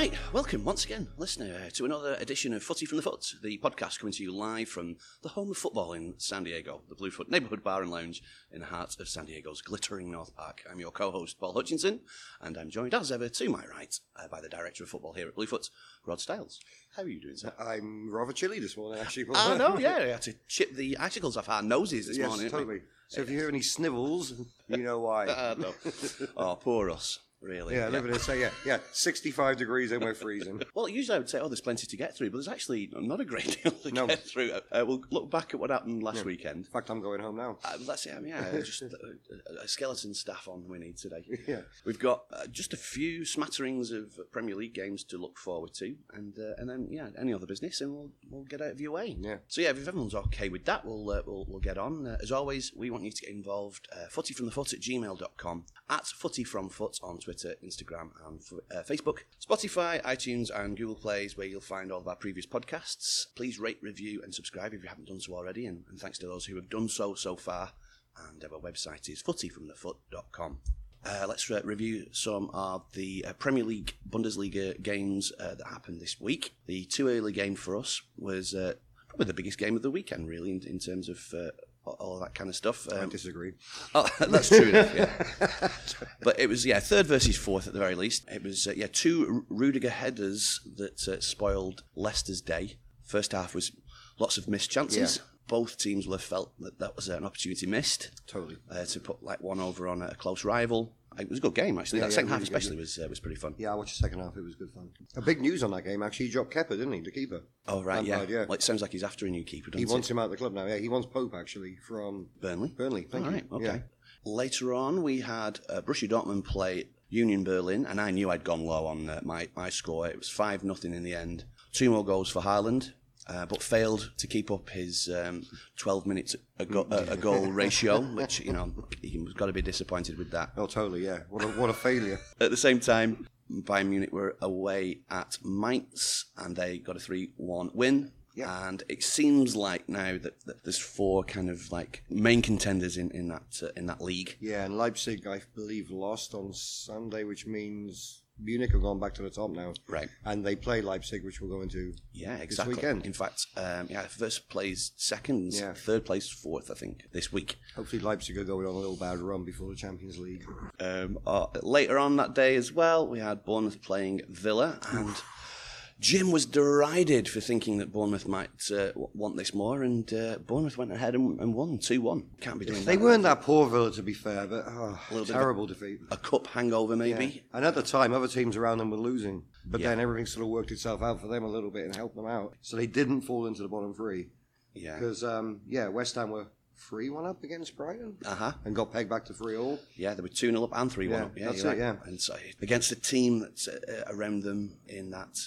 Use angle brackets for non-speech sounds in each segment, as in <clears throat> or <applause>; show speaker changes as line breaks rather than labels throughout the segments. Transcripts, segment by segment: Right, welcome once again, listener, uh, to another edition of Footy from the Foot, the podcast coming to you live from the home of football in San Diego, the Bluefoot neighborhood bar and lounge in the heart of San Diego's glittering North Park. I'm your co-host Paul Hutchinson, and I'm joined as ever to my right uh, by the director of football here at Bluefoot, Rod Stiles. How are you doing, sir?
I'm rather chilly this morning, actually.
I
<laughs>
know, Oh, yeah, I had to chip the icicles off our noses this
yes,
morning. didn't we?
totally. So if you hear
<laughs>
any snivels, you know why.
Uh, no. <laughs> oh, poor us, really.
yeah, I live in it. So yeah, yeah,
<laughs>
65 degrees and we're freezing.
Well, usually I would say, oh, there's plenty to get through, but there's actually not a great <laughs> deal to
No.
get through. Uh, we'll look back at what happened last weekend.
In fact, I'm going home now. <laughs>
Uh, that's it. I mean, yeah, just a, a skeleton staff on we need today.
Yeah.
We've got uh, just a few smatterings of Premier League games to look forward to, and uh, and then yeah, any other business, and we'll we'll get out of your way.
Yeah.
So yeah, if everyone's okay with that, we'll uh, we'll, we'll get on. Uh, as always, we want you to get involved. Uh, footyfromthefoot at gmail.com, at footyfromfoot on Twitter, Instagram, and f- uh, Facebook, Spotify, iTunes, and Google Plays, where you'll find all of our previous podcasts. Please rate, review, and subscribe if you haven't done so already. And, and thanks to those who have done so so far. And our website is footyfromthefoot.com. Uh, let's uh, review some of the uh, Premier League, Bundesliga games uh, that happened this week. The too early game for us was uh, probably the biggest game of the weekend, really, in, in terms of uh, all of that kind of stuff.
I
Um,
disagree.
oh, that's true enough, <laughs>
<laughs>
yeah. <laughs> But it was, yeah, third versus fourth at the very least. It was, uh, yeah, two R- Rudiger headers that uh, spoiled Leicester's day. First half was lots of missed chances.
Yeah.
Both teams will have felt that that was an opportunity missed
Totally.
uh, to put like one over on a close rival. Uh, It was a good game actually.
Yeah,
that
yeah,
second half
really good,
especially was uh, was pretty fun.
Yeah, I watched the second half. It was good fun. A big news on that game, actually. He dropped Kepper, didn't he? The keeper.
Oh right, yeah.
Lampard, yeah.
Well, it sounds like he's after a new keeper. Doesn't
He
he
wants him out of the club now. Yeah, he wants Pope, actually, from
Burnley.
Burnley. Thank
All
you.
right, okay.
Yeah.
Later on, we had uh, Borussia Dortmund play Union Berlin, and I knew I'd gone low on uh, my my score. It was five nothing in the end. Two more goals for Haaland. Uh, but failed to keep up his um, 12 minutes a, go- a, a
<laughs>
goal ratio, which, you know, he's got to be disappointed with that.
Oh, totally, yeah. What a, what a failure.
At the same time, Bayern Munich were away at Mainz and they got a 3 1 win.
Yeah.
And it seems like now that, that there's four kind of like main contenders in, in that uh, in that league.
Yeah, and Leipzig, I believe, lost on Sunday, which means Munich have gone back to the top now.
Right.
And they play Leipzig, which we'll go into.
Yeah, exactly.
weekend.
In fact, um, yeah, first place second,
Yeah.
third place fourth, I think, this week.
Hopefully, Leipzig are going on a little bad run before the Champions League.
Um, uh, later on that day as well, we had Bournemouth playing Villa, and Jim was derided for thinking that Bournemouth might uh, w- want this more, and uh, Bournemouth went ahead and, and won 2 1. Can't be doing
They
that.
weren't that poor, Villa, to be fair, but oh,
little bit of a-
terrible defeat.
A cup hangover, maybe.
And at the time, other teams around them were losing, but
Yeah.
then everything sort of worked itself out for them a little bit and helped them out. So they didn't fall into the bottom three
Yeah.
because, um, yeah, West Ham were three one up against Brighton
Uh huh.
and got pegged back to three all.
Yeah, they were 2 0 up and 3 1
Yeah,
up. Yeah,
that's
you're
it, yeah.
And so against a team that's uh, uh, around them in that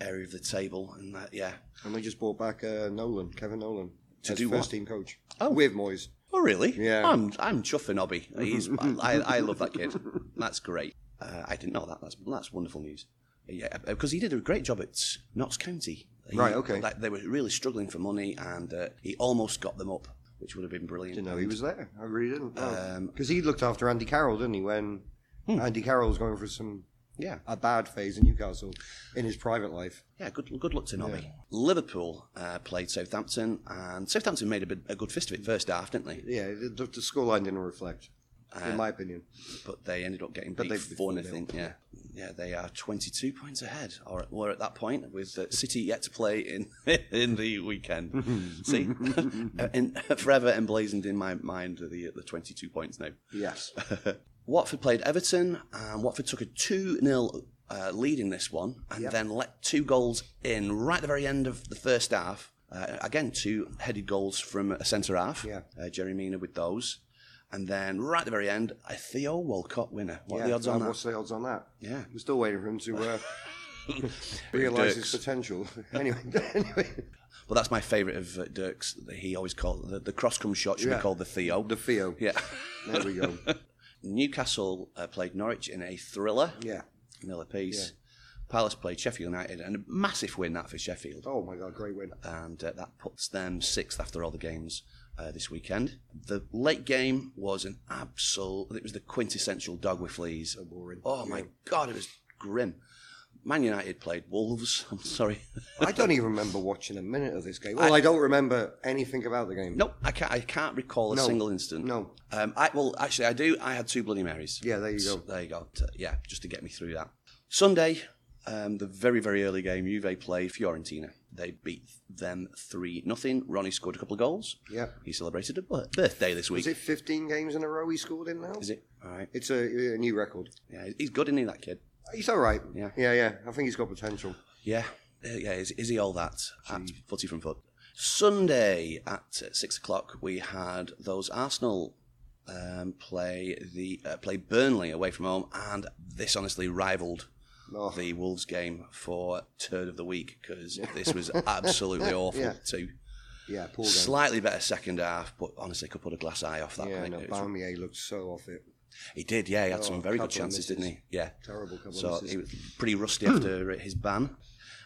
area of the table, and that, yeah.
And they just brought back uh, Nolan, Kevin Nolan,
To
as
do
first
what?
team coach.
Oh.
with Moyes.
Oh, really?
Yeah.
I'm, I'm chuffing
<laughs>
Obby. He's, I, I love that kid. That's great. Uh, I didn't know that. That's, that's wonderful news. Yeah, because he did a great job at Knox County. He-
Right, okay.
Like, they were really struggling for money, and uh, he almost got them up, which would have been brilliant.
Didn't know he was there. I really didn't.
Um, Hmm.
Because he looked after Andy Carroll, didn't he? When Andy Carroll was going through some
Yeah,
a bad phase in Newcastle in his private life.
yeah. Good, good luck to Nobby. Liverpool uh, played Southampton, and Southampton made a, bit, a good fist of it first half, didn't they?
Yeah, the, the the scoreline didn't reflect,
Uh,
in my opinion.
But they ended up getting
But
beat
they-
four
they-
nothing. Yeah, yeah. They are twenty two points ahead, or were at that point with uh, City yet to play in <laughs> in the
<laughs>
weekend. See, <laughs> Uh, in, forever emblazoned in my mind are the the twenty two points now.
Yes.
Watford played Everton, and Watford took a 2 0 uh, lead in this one, and then let two goals in right at the very end of the first half. Uh, again, two headed goals from a centre half.
Yeah.
Uh, Jerry Mina with those. And then right at the very end, a Theo Walcott winner. What are the
Yeah,
odds on
and
that?
What's the odds on that?
Yeah.
We're still waiting for him to
<laughs>
uh, realise his
Dirks. <laughs>
potential. <laughs> anyway, anyway,
Well, that's my favourite of uh, Dirk's. that He always called the, the cross come shot should
Yeah.
be called the Theo.
the Theo.
yeah. <laughs>
There we go.
Newcastle uh, played Norwich in a thriller,
Yeah.
nil apiece. Palace played Sheffield United, and a massive win that for Sheffield.
Oh my God, great win.
and uh, that puts them sixth after all the games uh, this weekend. The late game was an absolute. It was the quintessential dog with fleas.
So boring.
Oh
Yeah.
my god, it was grim. Man United played Wolves. <laughs> I'm sorry.
I don't even remember watching a minute of this game. Well, I, don't remember anything about the game.
No, I can't. I can't recall a
No.
single instant.
No.
Um, I well, actually, I do. I had two Bloody Marys.
Yeah, there you
So
go.
there you go. T- yeah, just to get me through that. Sunday, um, the very very early game, Juve played Fiorentina. They beat them three nothing. Ronnie scored a couple of goals.
Yeah.
He celebrated a bir- birthday this week.
Is it 15 games in a row he scored in now?
Is it? All right.
It's a, a new record.
Yeah, he's good, isn't he? That kid.
He's all right.
Yeah.
Yeah, yeah. I think he's got potential.
Yeah, Uh, yeah. Is, is he all that? At footy from foot. Sunday at uh, six o'clock, we had those Arsenal um, play the uh, play Burnley away from home, and this honestly rivaled
Oh,
the Wolves game for turd of the week because <laughs> this was absolutely awful
Yeah.
too.
yeah, poor game.
Slightly better second half, but honestly, could put a glass eye off that. I
yeah,
think
no,
it was-
Bamier looked so off it.
he did, yeah. He had
Oh,
some very good
couple of
chances, didn't
misses.
he? Yeah.
Terrible couple
So
of
he
misses.
was pretty rusty <clears throat> after his ban.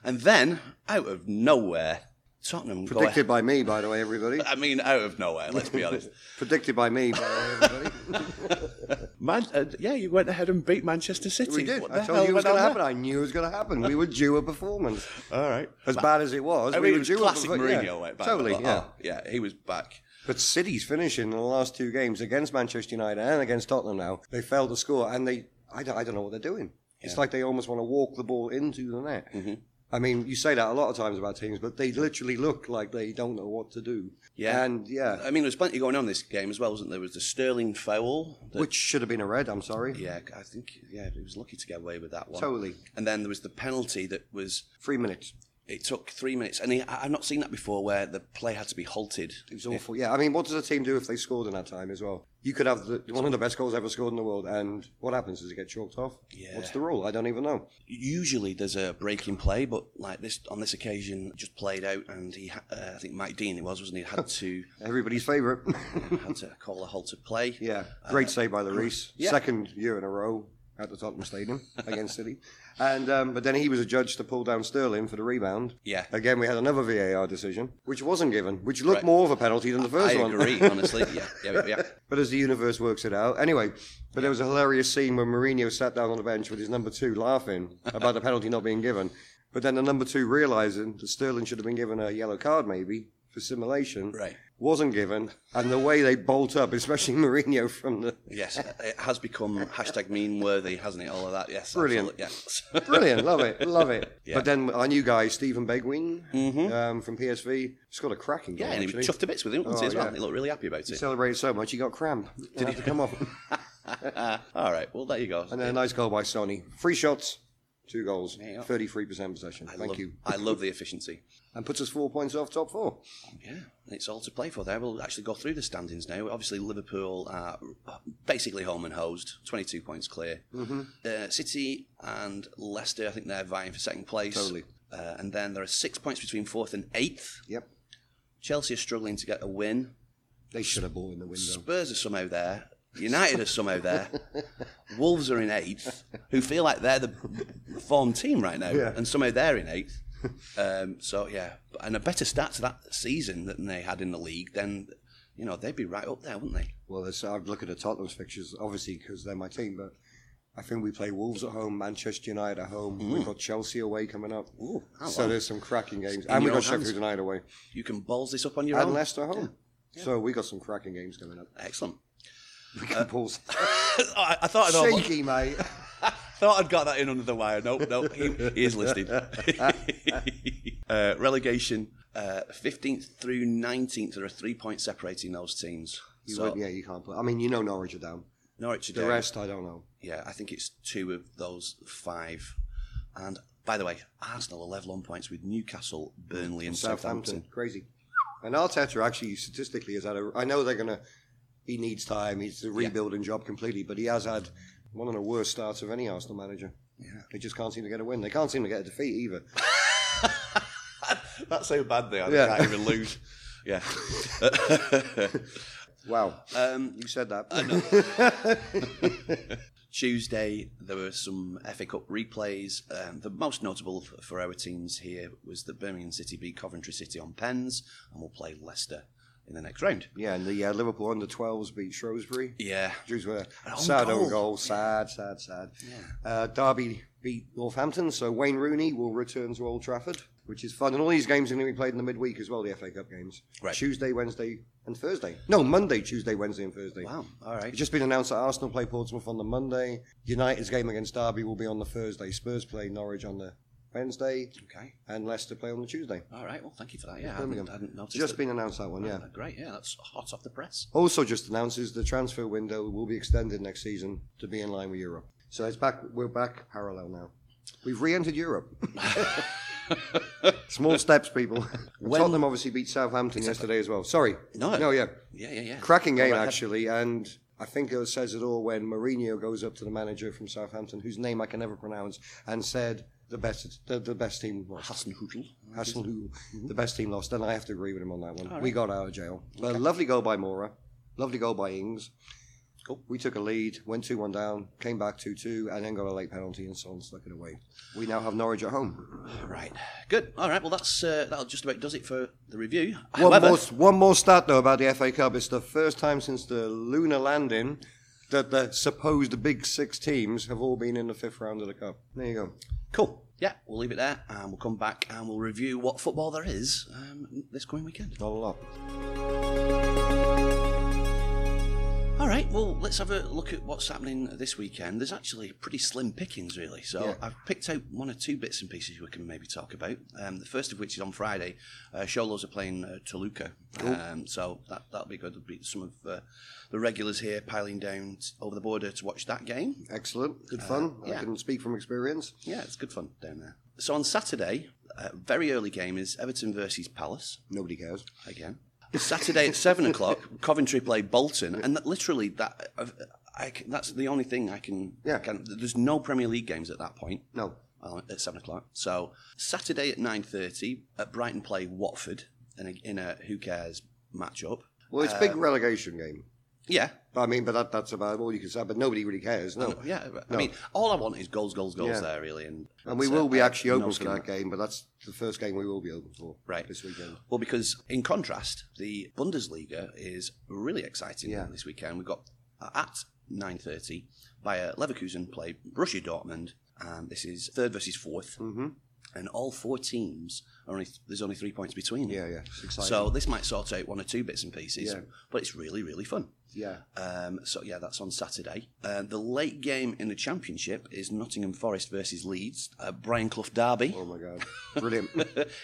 And then, out of nowhere, Tottenham go
Predicted by me, by the way,
<laughs>
everybody.
ahead- I mean, out of nowhere, let's be honest.
Predicted by me, by the way, everybody.
<laughs> Man, uh, yeah, you went ahead and beat Manchester City.
we did.
What the
I
hell
told you it was
went
going to
on
happen. I knew it was going to happen. We were due a performance.
there? All right.
As bad as it was,
I
we
mean,
were
it was
due
classic
a perfor-
Mourinho.
yeah,
went back.
Totally,
Like,
yeah.
oh, yeah, he was back.
But City's finishing in the last two games against Manchester United and against Tottenham now. They failed to score, and they I don't, I don't know what they're doing. It's like they almost want to walk the ball into the net.
Mm-hmm.
I mean, you say that a lot of times about teams, but they literally look like they don't know what to do.
Yeah.
and yeah,
I mean, there was plenty going on in this game as well, wasn't there? There was the Sterling foul. that-
which should have been a red. I'm sorry.
yeah, I think, yeah, he was lucky to get away with that one.
Totally.
And then there was the penalty that was
Three minutes.
It took three minutes, and he, I- I've not seen that before, where the play had to be halted.
It was awful. Yeah. I mean, what does a team do if they scored in that time as well? You could have the, one of the best goals ever scored in the world, and what happens? Does it get chalked off?
Yeah.
What's the rule? I don't even know.
Usually, there's a break in play, but like this on this occasion, it just played out, and he, ha- uh, I think Mike Dean, it was, wasn't he, had to <laughs>
Everybody's favourite. <laughs>
had to call a halt to play.
Yeah, great save by Lloris.
Uh, <clears throat> yeah.
Second year in a row at the Tottenham Stadium against City, and um, but then he was adjudged to pull down Sterling for the rebound.
Yeah.
Again, we had another VAR decision, which wasn't given, which looked
Right.
more of a penalty than the first
I
one. <laughs>
agree, honestly. Yeah, yeah, yeah.
But as the universe works it out, anyway. But there was a hilarious scene when Mourinho sat down on the bench with his number two, laughing about the penalty not being given. But then the number two, realizing that Sterling should have been given a yellow card, maybe for simulation,
Right.
wasn't given. And the way they bolt up, especially <laughs> Mourinho from the
Yes, it has become hashtag mean worthy, hasn't it? All of that. Yes,
Brilliant.
absolutely, Yes. <laughs>
Brilliant, love it, love it.
Yeah. Mm-hmm.
But then our new guy, Stephen Begwin um, from PSV, scored a cracking goal.
yeah, and he
actually.
was chuffed to bits with him wasn't he,
Oh,
as well.
yeah.
He looked really happy about
He
it.
celebrated so much he got cramp. Did he
<laughs>
come off?
All right, well there you go.
And then a nice goal by Sonny. Three shots, two goals,
you go.
thirty-three percent possession.
I
Thank
love,
you.
I love the efficiency.
And puts us four points off top four.
Yeah, it's all to play for there. We'll actually go through the standings now. Obviously, Liverpool are basically home and hosed, 22 points clear. Mm-hmm. Uh, City and Leicester, I think they're vying for second place.
Totally.
Uh, and then there are six points between fourth and eighth.
Yep,
Chelsea are struggling to get a win.
they should have ball in the window.
Spurs are somehow there. United are somehow there. Wolves are in eighth, who feel like they're the form team right now,
Yeah.
and somehow they're in eighth. Um, so yeah, and a better start to that season than they had in the league, then you know they'd be right up there, wouldn't they?
Well, that's, I'd look at the Tottenham's fixtures, obviously, because they're my team. But I think we play Wolves at home, Manchester United at home. We've got Chelsea away coming up.
Mm. Ooh, how
so
long?
there's some cracking games, and we've
your
got
own hands.
Sheffield United away.
You can balls this up on your
and
own.
Leicester home. So we got some cracking games coming up.
Excellent.
We can pause.
Oh, I, I thought I'd all-
Shaky, mate.
thought I'd got that in under the wire. Nope, nope. He, he is
<laughs>
listed. uh, relegation, uh, 15th through 19th. There are three points separating those teams.
You
so
won't- yeah, you can't play. I mean, you know Norwich are down.
Norwich are
The
down.
rest, I don't know.
Yeah, I think it's two of those five. And by the way, Arsenal are level on points with Newcastle, Burnley, and
Southampton,
Southampton.
crazy. And Arteta actually statistically has had a. I know they're gonna. He needs time. He's a rebuilding job completely, but he has had one of the worst starts of any Arsenal manager. Yeah. They just can't seem to get a win. They can't seem to get a defeat either.
That's how bad they are.
Yeah.
They can't even <laughs> lose. Yeah.
Wow.
um,
You said that.
Tuesday, there were some FA Cup replays. Um, the most notable f- for our teams here was that Birmingham City beat Coventry City on pens and will play Leicester in the next round.
Yeah, and the uh, Liverpool under 12s beat Shrewsbury.
Yeah.
Drews were
Own
sad
goal.
own goal, sad, sad, sad. Uh, Derby beat Northampton, so Wayne Rooney will return to Old Trafford, which is fun. And all these games are going to be played in the midweek as well, the FA Cup games.
Right.
Tuesday, Wednesday, and Thursday. No, Monday, Tuesday, Wednesday, and Thursday.
Wow. All right.
It's just been announced that Arsenal play Portsmouth on the Monday. United's game against Derby will be on the Thursday. Spurs play Norwich on the Wednesday,
Okay.
and Leicester play on the Tuesday.
All right. Well, thank you for that. Yeah. I
Birmingham.
hadn't, I hadn't noticed.
Just
that.
been announced that one, yeah.
Oh, Great. Yeah. That's hot off the press.
also just announces the transfer window will be extended next season to be in line with Europe. So it's back. We're back parallel now. We've re-entered Europe. <laughs> Small steps, people.
When-
Tottenham obviously beat Southampton yesterday as well. Sorry.
No.
No. Yeah.
Yeah. Yeah. Yeah.
Cracking game
Go right
actually, and I think it says it all when Mourinho goes up to the manager from Southampton, whose name I can never pronounce, and said the best, the, the best team lost.
Hassan Hoodle.
Hassel, who the best team lost, and I have to agree with him on that one.
Mm-hmm. All
We
right.
got out of jail. But lovely goal by Mora, lovely goal by Ings.
Cool.
We took a lead, went 2 1 down, came back 2 2, and then got a late penalty, and Son stuck it away. We now have Norwich at home.
Right. Good. All right. Well, that's uh, that'll just about does it for the review.
One
However,
more, one more stat, though, about the FA Cup. It's the first time since the lunar landing that the supposed big six teams have all been in the fifth round of the Cup. There you go.
cool. Yeah, we'll leave it there, and we'll come back and we'll review what football there is um, this coming weekend.
Not a lot.
All right. Well, let's have a look at what's happening this weekend. There's actually pretty slim pickings, really. So
Yeah.
I've picked out one or two bits and pieces we can maybe talk about. Um, the first of which is on Friday. Uh, Sholos are playing uh, Toluca, um, so that that'll be good. There'll be some of uh, the regulars here piling down t- over the border to watch that game.
Excellent. Good fun.
Uh, yeah.
I can speak from experience.
Yeah, it's good fun down there. So on Saturday, uh, very early game is Everton versus Palace
Nobody cares.
again. Saturday at seven
<laughs>
o'clock, Coventry play Bolton, and that, literally that uh, I can, that's the only thing I can.
Yeah.
Can, there's no Premier League games at that point
No.
uh, at seven o'clock. So Saturday at nine thirty, at Brighton play Watford, in a, in a who cares match up.
Well, it's a big relegation game.
Yeah,
I mean, but that, that's about all you can say. But nobody really cares,
<laughs>
no.
yeah. I
No.
mean, all I want is goals, goals, goals.
Yeah.
There really, and
And we
so,
will be
uh,
actually open
no
for
skin
that game, but that's the first game we will be open for
Right.
this weekend.
Well, because in contrast, the Bundesliga is really exciting
Yeah.
this weekend. We've got uh, at 9.30, Bayer Leverkusen play Borussia Dortmund, and this is third versus 4th
Mm-hmm.
and all four teams, are only there's only three points between them.
Yeah, yeah. It's exciting.
So this might sort out one or two bits and pieces,
Yeah.
but it's really, really fun.
yeah.
Um, so yeah, that's on Saturday. Uh, the late game in the championship is Nottingham Forest versus Leeds, uh, Brian Clough derby. <laughs>
Oh, my God. Brilliant.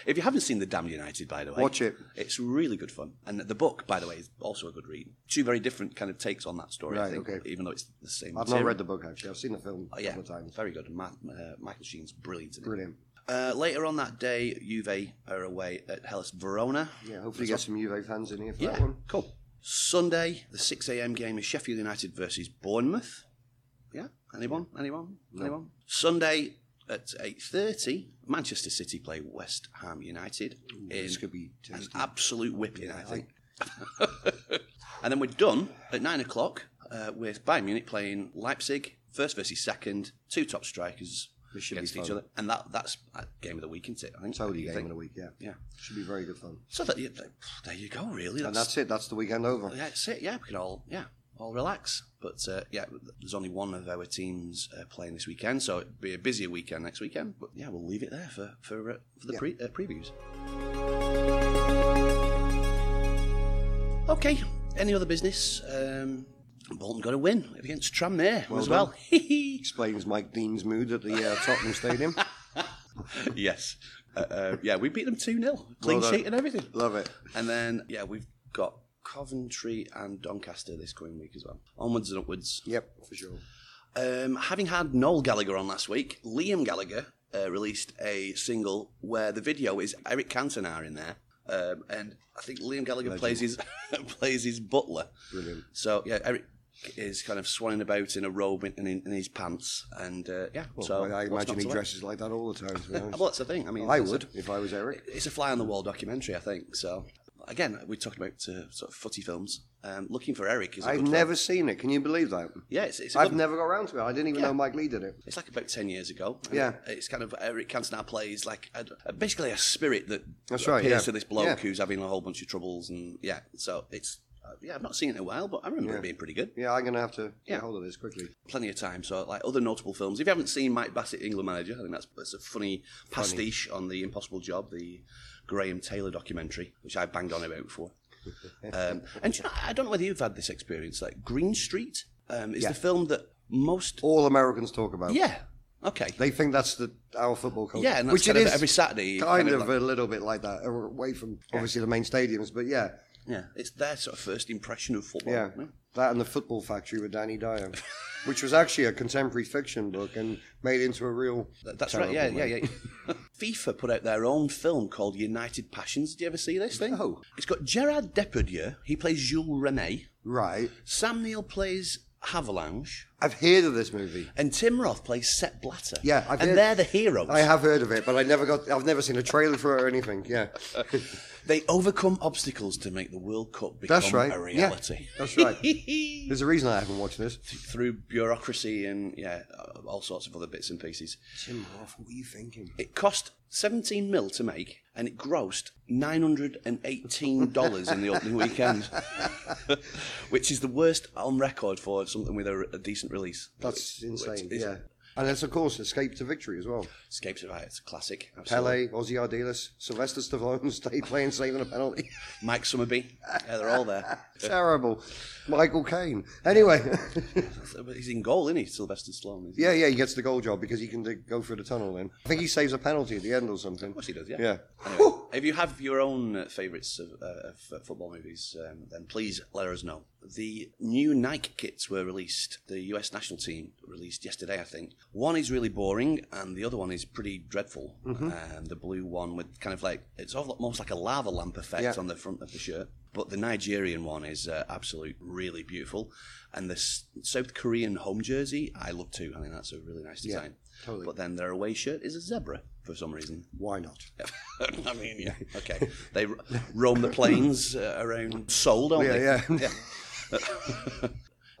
if you haven't seen the Damn United, by the way,
Watch it.
It's really good fun, and the book, by the way, is also a good read. Two very different kind of takes on that story, I
Right,
think,
okay.
even though it's the same.
I've not
material.
read the book, actually. I've seen the film
Oh,
a
yeah,
couple of times.
very good. Ma- uh, Michael Sheen's brilliant. In it.
Brilliant.
Uh, later on that day, Juve are away at Hellas Verona.
Yeah, hopefully get some Juve fans in here for
Yeah,
that one.
cool. Sunday, the six a.m. game is Sheffield United versus Bournemouth. Yeah, anyone, anyone, anyone. Sunday at eight thirty, Manchester City play West Ham United. in
This could be
an
tasty.
absolute whipping,
Yeah,
I think. <laughs> and then we're done at nine o'clock uh, with Bayern Munich playing Leipzig, first versus second, two top strikers
This should be
against each
fun.
other, and that that's a game of the week, isn't it? I think.
Totally
You
game
think?
in a week, yeah.
Yeah.
Should be very good fun.
So that, yeah, there you go, really. That's,
And that's it. That's the weekend over.
yeah, that's it. Yeah, we can all yeah all relax. But uh, yeah, there's only one of our teams uh, playing this weekend, so it'll be a busier weekend next weekend. But yeah, we'll leave it there for for uh, for the
Yeah.
pre- uh, previews. Okay. Any other business? Um, Bolton got a win against Tranmere as well. <laughs>
Explains Mike Dean's mood at the uh, Tottenham Stadium.
yes. Uh, uh, yeah, we beat them 2 0. Clean
Well done.
sheet and everything.
Love it.
And then, yeah, we've got Coventry and Doncaster this coming week as well. Onwards and upwards.
Yep, for sure.
Um, having had Noel Gallagher on last week, Liam Gallagher uh, released a single where the video is Eric Cantona in there, um, and I think Liam Gallagher plays his <laughs> plays his butler.
Brilliant.
So yeah, Eric is kind of swanning about in a robe and in, in his pants, and uh, yeah.
Well,
so
I, I
what's
imagine
not
he
to like?
dresses like
<laughs>
that all the time. To be honest.
Well, that's the thing. I mean,
I
it's a-
would if I was Eric.
It's a fly on the wall documentary, I think. So again, we're talking about uh, sort of footy films. Um, Looking for Eric is. a
I've
good
never
Film.
seen it. Can you believe that?
Yeah, it's, it's a
I've
good-
never got around to it. I didn't even
Yeah.
know Mike Lee did it.
It's like about ten years ago. And
Yeah.
it's kind of uh, Eric Cantona plays like a, a- basically a spirit that
That's right,
appears
yeah.
to this bloke
Yeah.
who's having a whole bunch of troubles, and yeah, so it's uh, yeah, I've not seen it in a while, but I remember it
Yeah.
being pretty good.
Yeah, I'm going to have to
Yeah.
get hold of this quickly.
Plenty of time. So like other notable films, if you haven't seen Mike Bassett, England Manager, I think that's, that's a funny pastiche on the Impossible Job, the Graham Taylor documentary, which I banged on about
<laughs>
before. Um, and do you know, I don't know whether you've had this experience. Like Green Street um, is
Yeah.
the film that most
All Americans talk about.
yeah okay
They think that's the our football culture.
yeah, and that's
which
kind
it
of
is
every Saturday.
kind of
like-
a little bit like that, away from obviously the main stadiums. But yeah,
Yeah, it's their sort of first impression of football.
yeah, that and the Football Factory with Danny
<laughs>
Dyer, which was actually a contemporary fiction book and made into a real.
Th- That's right. Yeah,
Terrible,
yeah, yeah. <laughs> FIFA put out their own film called United Passions. Did you ever see this thing?
No.
It's got Gerard Depardieu. He plays Jules Rene.
Right,
Sam Neill plays Havelange,
I've heard of this movie.
and Tim Roth plays Sepp Blatter.
Yeah, I've
and
heard-
they're the heroes.
I have heard of it, but I never got. I've never seen a trailer for it or anything. Yeah,
They overcome obstacles to make the World Cup become
That's right.
a
Yeah.
reality.
that's right. There's a reason I haven't watched this.
Through bureaucracy and yeah, all sorts of other bits and pieces.
Tim Roth, what are you thinking?
It cost 17 mil to make, and it grossed $918 in the opening weekend, <laughs> which is the worst on record for something with a, a decent release.
That's
It's-
insane.
it's-
yeah, and it's of course Escape to Victory as well.
Escapes of it's a classic. absolutely.
Pele, Ozzy Ardiles, Sylvester Stallone, <laughs> stay playing, saving a penalty. <laughs>
Mike Summerby. Yeah, they're all there.
Terrible. Michael Caine. Anyway, <laughs>
He's in goal, isn't he? Sylvester Stallone. isn't he?
yeah, yeah, he gets the goal job because he can d- go through the tunnel then. I think he saves a penalty at the end or something.
Of course he does, yeah.
Yeah.
Anyway, if you have your own uh, favourites of, uh, of uh, football movies, um, then please let us know. The new Nike kits were released. The US national team released yesterday, I think. One is really boring, and the other one is pretty dreadful.
Mm-hmm.
Um, the blue one with kind of like it's al- almost like a lava lamp effect
Yeah.
on the front of the shirt. But the Nigerian one is uh, absolute, really beautiful, and the S- South Korean home jersey I love too. I think that's a really nice design.
totally.
But then their away shirt is a zebra for some reason.
Why not?
<laughs> I mean, yeah, okay. They ro- roam the plains uh, around Seoul, don't
Yeah,
they?
yeah.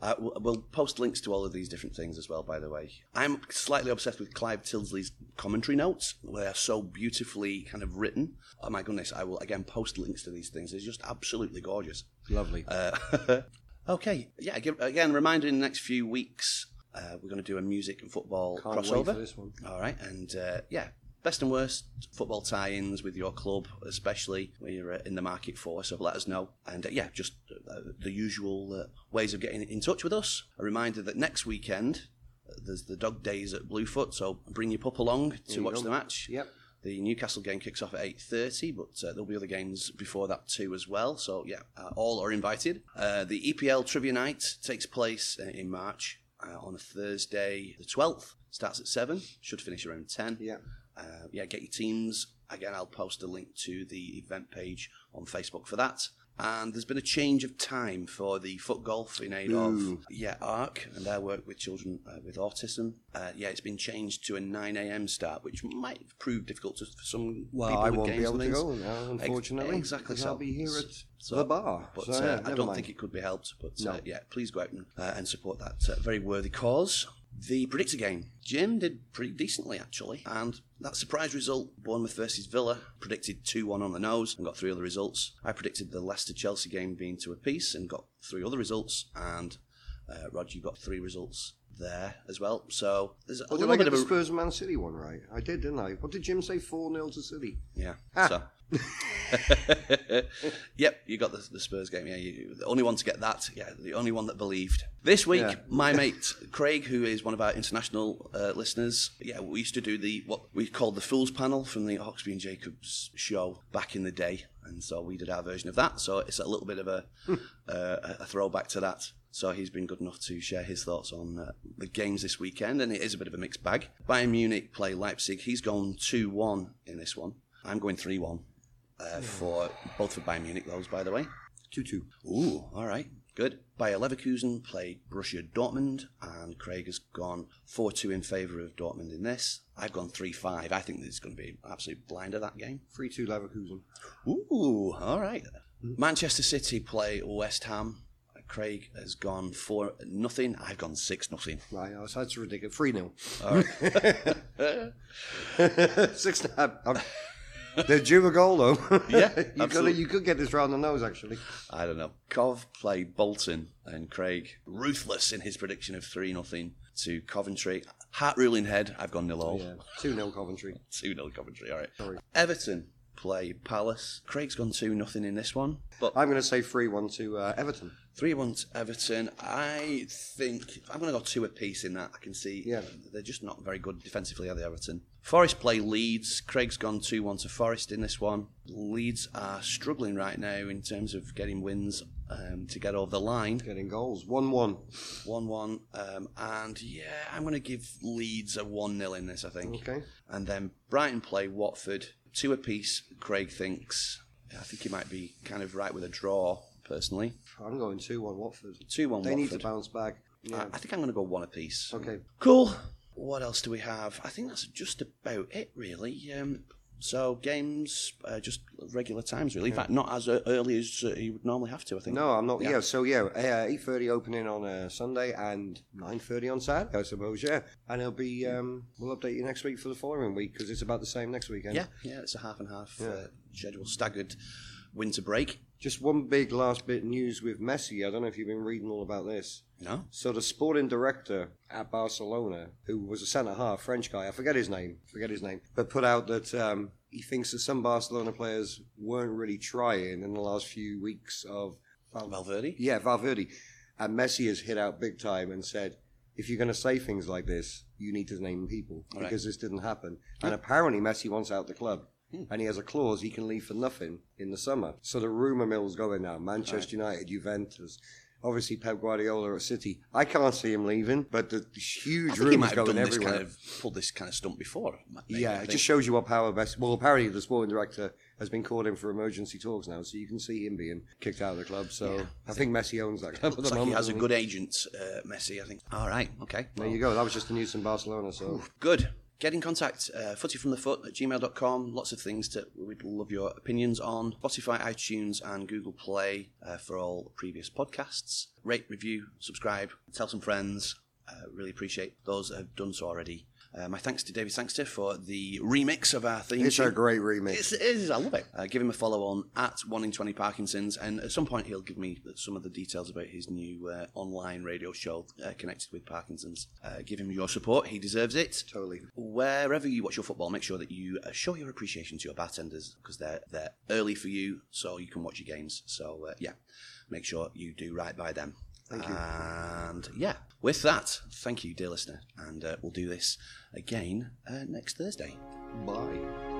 Uh, we'll- we'll post links to all of these different things as well, by the way. I'm slightly obsessed with Clive Tilsley's commentary notes. They are so beautifully kind of written. Oh my goodness, I will again post links to these things. They're just absolutely gorgeous. <laughs>
<laughs> Lovely.
Uh, okay, yeah, again, again, reminder in the next few weeks, uh, we're going to do a music and football
Can't wait
crossover.
for this one.
All right, and uh, yeah, best and worst football tie-ins with your club, especially when you're uh, in the market for. So let us know, and uh, yeah, just uh, the usual uh, ways of getting in touch with us. A reminder that next weekend uh, there's the dog days at Bluefoot, so bring your pup along to
you
watch
go.
the match.
Yep.
The Newcastle game kicks off at eight thirty, but uh, there'll be other games before that too as well. So yeah, uh, all are invited. Uh, the EPL Trivia Night takes place uh, in March uh, on a Thursday, the twelfth. Starts at seven. Should finish around ten.
Yeah.
Uh, yeah, get your teams. Again, I'll post a link to the event page on Facebook for that. And there's been a change of time for the foot golf in aid of
Ooh.
yeah ARC and their work with children uh, with autism. Uh, yeah, it's been changed to a 9 a.m. start, which might prove difficult to, for some
Well,
people
I
with
won't
games
be
and
able to
things.
go now, unfortunately.
exactly,
because
so-
I'll be here at
so-
the bar.
But
so,
uh,
yeah,
I
never
don't
mind.
think it could be helped. But uh,
No.
yeah, please go out and, uh, and support that uh, very worthy cause. The predictor game, Jim did pretty decently actually, and that surprise result, Bournemouth versus Villa, predicted two one on the nose and got three other results. I predicted the Leicester Chelsea game being to a piece and got three other results, and uh, Roger you got three results there as well. So there's a
Well, did
little
I
bit
get
of
the
a
Spurs Man City one right? I did, didn't I? What did Jim say? 4 0 to City.
Yeah.
Ah.
So. yep, you got the, the Spurs game. Yeah, you, the only one to get that. Yeah, the only one that believed. This week,
Yeah.
my mate Craig, who is one of our international uh, listeners, yeah, we used to do the what we called the Fools Panel from the Hawksby and Jacobs show back in the day, and so we did our version of that. So it's a little bit of a uh, a- a throwback to that. So he's been good enough to share his thoughts on uh, the games this weekend, and it is a bit of a mixed bag. Bayern Munich play Leipzig. He's gone two one in this one. I'm going three one uh, for both for Bayern Munich. Those, by the way.
2 2.
Ooh, all right. Good. Bayer Leverkusen play Borussia Dortmund, and Craig has gone 4 2 in favour of Dortmund in this. I've gone 3 5. I think this is going to be an absolute blinder, that game.
3 2 Leverkusen.
Ooh, all right. Manchester City play West Ham. Craig has gone 4 nothing. I've gone 6 nothing. <laughs>
Right, that's, that's ridiculous. 3 <laughs> 0.
All
6 I'm,
<laughs>
I'm, They're due a goal, though.
Yeah,
<laughs> you, gotta,
absolutely.
you could get this round the nose, actually.
I don't know. Cov played Bolton, and Craig, ruthless in his prediction of 3 nothing to Coventry. Hat ruling head, I've gone nil all.
Yeah, 2 0 Coventry.
2 nil Coventry, all right.
Sorry.
Everton play Palace. Craig's gone 2 nothing in this one. But
I'm going to say 3 1 to uh, Everton.
3 1 to Everton. I think I'm going to go two apiece in that. I can see
Yeah.
they're just not very good defensively, are they, Everton? Forest play Leeds. Craig's gone 2 1 to Forest in this one. Leeds are struggling right now in terms of getting wins um, to get over the line.
Getting goals. 1 1.
1 1. Um, and yeah, I'm going to give Leeds a 1 0 in this, I think.
Okay.
And then Brighton play Watford, two apiece. Craig thinks, I think he might be kind of right with a draw, personally.
I'm going 2 1 Watford.
2 1
They
Watford. Uh,
need to bounce back. Yeah.
I, I think I'm going to go one apiece.
Okay.
Cool. What else do we have? I think that's just about it, really. Um, so games, uh, just regular times, really. In fact, not as uh, early as uh, you would normally have to. I think.
No, I'm not.
Yeah.
Yeah. so yeah, uh, eight thirty opening on uh, Sunday and nine thirty on Saturday, I suppose. Yeah, and it'll be. Um, we'll update you next week for the following week because it's about the same next weekend.
Yeah, yeah. It's a half and half uh, schedule, staggered winter break.
Just one big last bit news with Messi. I don't know if you've been reading all about this.
No.
So the sporting director at Barcelona, who was a centre half French guy, I forget his name, forget his name, but put out that um, he thinks that some Barcelona players weren't really trying in the last few weeks of
Valverde.
Yeah, Valverde. And Messi has hit out big time and said, if you're going to say things like this, you need to name people
All right.
because this didn't happen. And apparently, Messi wants out the club.
Hmm.
And he has a clause he can leave for nothing in the summer. So the rumour mill's going now. Manchester United, Juventus. Obviously, Pep Guardiola at City. I can't see him leaving, but the
I
huge
think he might
rumour's
have done
going
this
everywhere.
kind of pulled this kind of stunt before. maybe, I
yeah, it
think.
just shows you what power Messi. Well, apparently, the sporting director has been called in for emergency talks now, so you can see him being kicked out of the club. So I think Messi owns that club. at the
Looks like he
moment,
has a
doesn't
good agent, uh, Messi. I think. All right. Okay.
There you go. That was just the news from Barcelona. So
Good. Get in contact, uh, footyfromthefoot at gmail.com. Lots of things to we'd love your opinions on. Spotify, iTunes, and Google Play uh, for all previous podcasts. Rate, review, subscribe, tell some friends. Uh, really appreciate those that have done so already. Uh, my thanks to David Sangster for the remix of our theme.
it's a
tune.
great remix.
It's, it is. I love it. Uh, give him a follow on at one in twenty Parkinsons, and at some point he'll give me some of the details about his new uh, online radio show uh, connected with Parkinson's. Uh, give him your support; he deserves it.
Totally.
Wherever you watch your football, make sure that you uh, show your appreciation to your bartenders because they're they're early for you, so you can watch your games. So uh, yeah, make sure you do right by them. Thank you. And yeah, with that, thank you, dear listener, and uh, we'll do this again uh, next Thursday.
Bye.